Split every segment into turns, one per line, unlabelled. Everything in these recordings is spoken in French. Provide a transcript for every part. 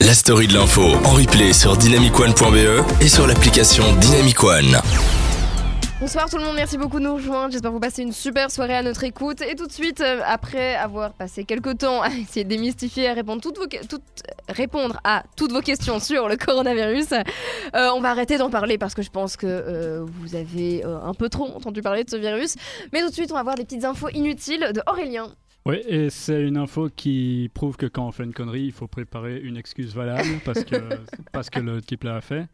la story de l'info en replay sur dynamicone.be E et sur l'application Dynamicone.
Bonsoir tout le monde, merci beaucoup de nous rejoindre. J'espère que vous passez une super soirée à notre écoute. Et tout de suite, euh, après avoir passé quelques temps à essayer de démystifier et répondre, toutes vos que- toutes- répondre à toutes vos questions sur le coronavirus, euh, on va arrêter d'en parler parce que je pense que euh, vous avez euh, un peu trop entendu parler de ce virus. Mais tout de suite, on va voir les petites infos inutiles de Aurélien.
Oui, et c'est une info qui prouve que quand on fait une connerie, il faut préparer une excuse valable parce que, parce que le type l'a fait.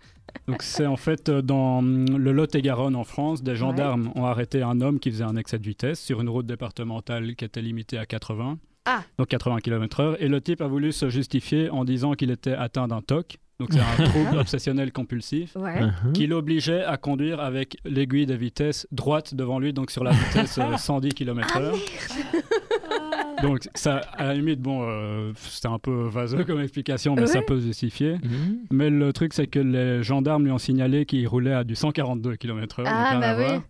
Donc c'est en fait euh, dans hum, le Lot-et-Garonne en France, des gendarmes ont arrêté un homme qui faisait un excès de vitesse sur une route départementale qui était limitée à 80,
Ah.
donc 80 km/h, et le type a voulu se justifier en disant qu'il était atteint d'un TOC, donc c'est un trouble obsessionnel compulsif,
Ouais.
qui l'obligeait à conduire avec l'aiguille de vitesse droite devant lui, donc sur la vitesse euh, 110 km/h. Donc ça, à la limite, bon, euh, c'était un peu vaseux comme explication, mais ça
Ouais. Hmm.
peut se justifier. Mais le truc, c'est que les gendarmes lui ont signalé qu'il roulait à du 142 km/h.
Ah,
donc rien à
bah oui.
voir.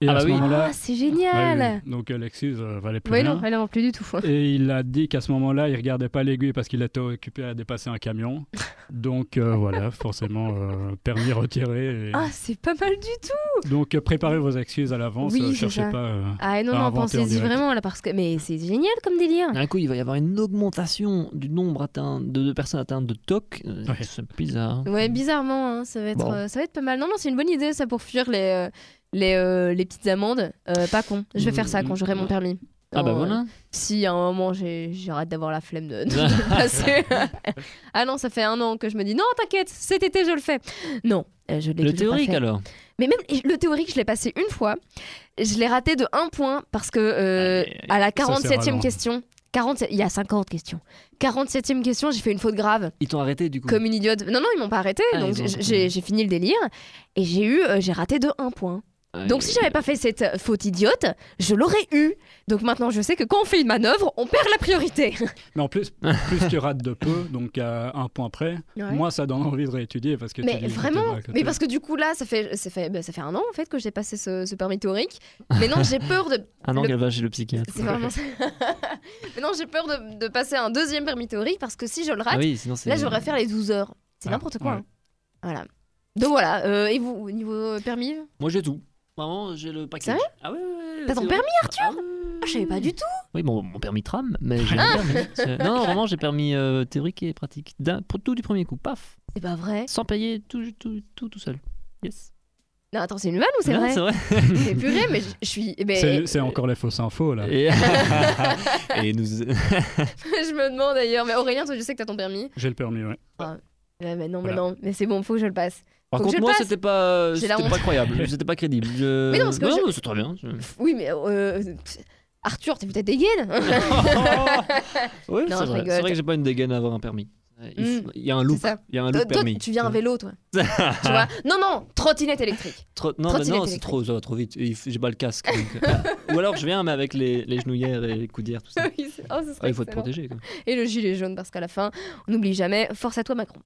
Et
Ah,
à
bah
ce
oui.
moment-là,
Ah, c'est
bah
génial
oui, donc euh, l'excuse euh, valait plus
Oui,
rien.
non, elle en plus du tout.
Et il a dit qu'à ce moment-là, il regardait pas l'aiguille parce qu'il était occupé à dépasser un camion. Donc euh, voilà, forcément, euh, permis retiré. et-
Ah, c'est pas mal du tout
Donc euh, préparez vos excuses à l'avance,
Oui,
euh,
c'est
cherchez
ça.
pas. euh,
Ah, non,
Pas
non,
inventé en
pensez-y
direct.
vraiment là parce que. Mais c'est génial comme délire
D'un coup, il va y avoir une augmentation du nombre atteint de, de personnes atteintes de TOC. Euh,
Ouais.
C'est bizarre.
Ouais, bizarrement, hein, ça, va être,
Bon.
euh, ça va être pas mal. Non, non, c'est une bonne idée, ça, pour fuir les, euh, les, euh, les petites amendes. Euh, pas con. Je vais faire ça quand j'aurai mon permis.
Mm, Ah
Non,
bah
euh,
voilà.
Si à un moment j'ai- j'arrête d'avoir la flemme de, de le passer. ah non, ça fait un an que je me dis non, t'inquiète, cet été je le fais. Non, euh, je l'ai
Le
toujours pas
théorique
fait.
alors.
Mais même le théorique, je l'ai passé une fois. Je l'ai raté de un point parce que euh,
Aïe, aïe, aïe.
à la
Ça, c'est
47e
ralent.
question, 47, il y a 50 questions. 47e question, j'ai fait une faute grave
Ils t'ont arrêté du coup.
comme une idiote. Non, non, ils m'ont pas arrêté.
Ah,
donc
ils ont
j'ai-
arrêté.
j'ai j'ai fini le délire et j'ai eu, euh, j'ai raté de 1 point.
Ouais.
Donc si j'avais pas fait cette euh, faute idiote, je l'aurais eu. Donc maintenant je sais que quand on fait une manœuvre, on perd la priorité.
Mais en plus, plus tu rates de peu, donc à un point près, moi ça donne envie de réétudier parce que tu
Mais
dis,
vraiment,
j'étais pas à
mais
côté.
parce que du coup là, ça fait, ça fait, bah, ça fait un an en fait que j'ai passé ce, ce permis théorique. Mais non, j'ai peur de,
Un an
le-
qu'elle va chez le psychiatre.
c'est vraiment ça. mais non, j'ai peur de, de passer un deuxième permis théorique parce que si je le rate,
Ah oui, sinon c'est.
là j'aurais faire les 12 heures. C'est
Ah,
n'importe quoi.
ouais.
hein. Voilà. Donc voilà. euh, et vous, au niveau euh, permis
Moi j'ai tout. Vraiment, j'ai le package.
Sérieux
ah ouais, ouais, ouais,
T'as ton
c'est-
permis,
Ah ouais.
Ah, je savais pas du Ah. tout.
Oui, bon, mon permis tram, mais j'ai le permis. C'est- Non, non, vraiment, j'ai permis euh, théorique et pratique. D'un- Pour tout du premier coup, paf,
C'est pas vrai.
sans payer, tout tout, tout, tout seul. Yes.
Non, attends, c'est une vanne ou c'est
Non,
vrai
C'est vrai.
C'est purée, mais je je suis. eh ben,
C'est- c'est encore les fausses infos là.
Et, et nous.
je me demande d'ailleurs. Mais Aurélien, toi, je sais que t'as ton permis.
J'ai le permis, ouais.
Ouais, mais non, mais
Voilà.
non. Mais c'est bon, faut que je le passe.
Par
Faut que je
contre,
le
moi,
passe.
c'était pas, euh,
J'ai
c'était
la honte.
pas croyable, c'était pas crédible. Je-
Mais non, parce que je-
mais c'est très bien. Je-
Oui, mais. euh, pff, Arthur, t'as vu ta dégaine
Ouais,
Non,
c'est
je
vrai.
rigole.
C'est vrai que j'ai pas une dégaine à avoir un permis. Il
Mm.
faut- il y a un
C'est
loop,
ça.
il y a un
Toi,
loop
toi,
permis. Mm.
tu viens à vélo, toi. tu vois Non, non, trottinette électrique.
Trop- non, mais
trottinette
non, c'est
électrique.
trop, ça va trop vite. Et il f- J'ai pas le casque. donc, euh, Ou alors je viens, mais avec les, les genouillères et les coudières, tout ça.
Oui, c'est- oh, ce serait
Ah, il faut te
excellent.
protéger. quoi.
Et le gilet jaune, parce qu'à la fin, on n'oublie jamais. Force à toi, Macron.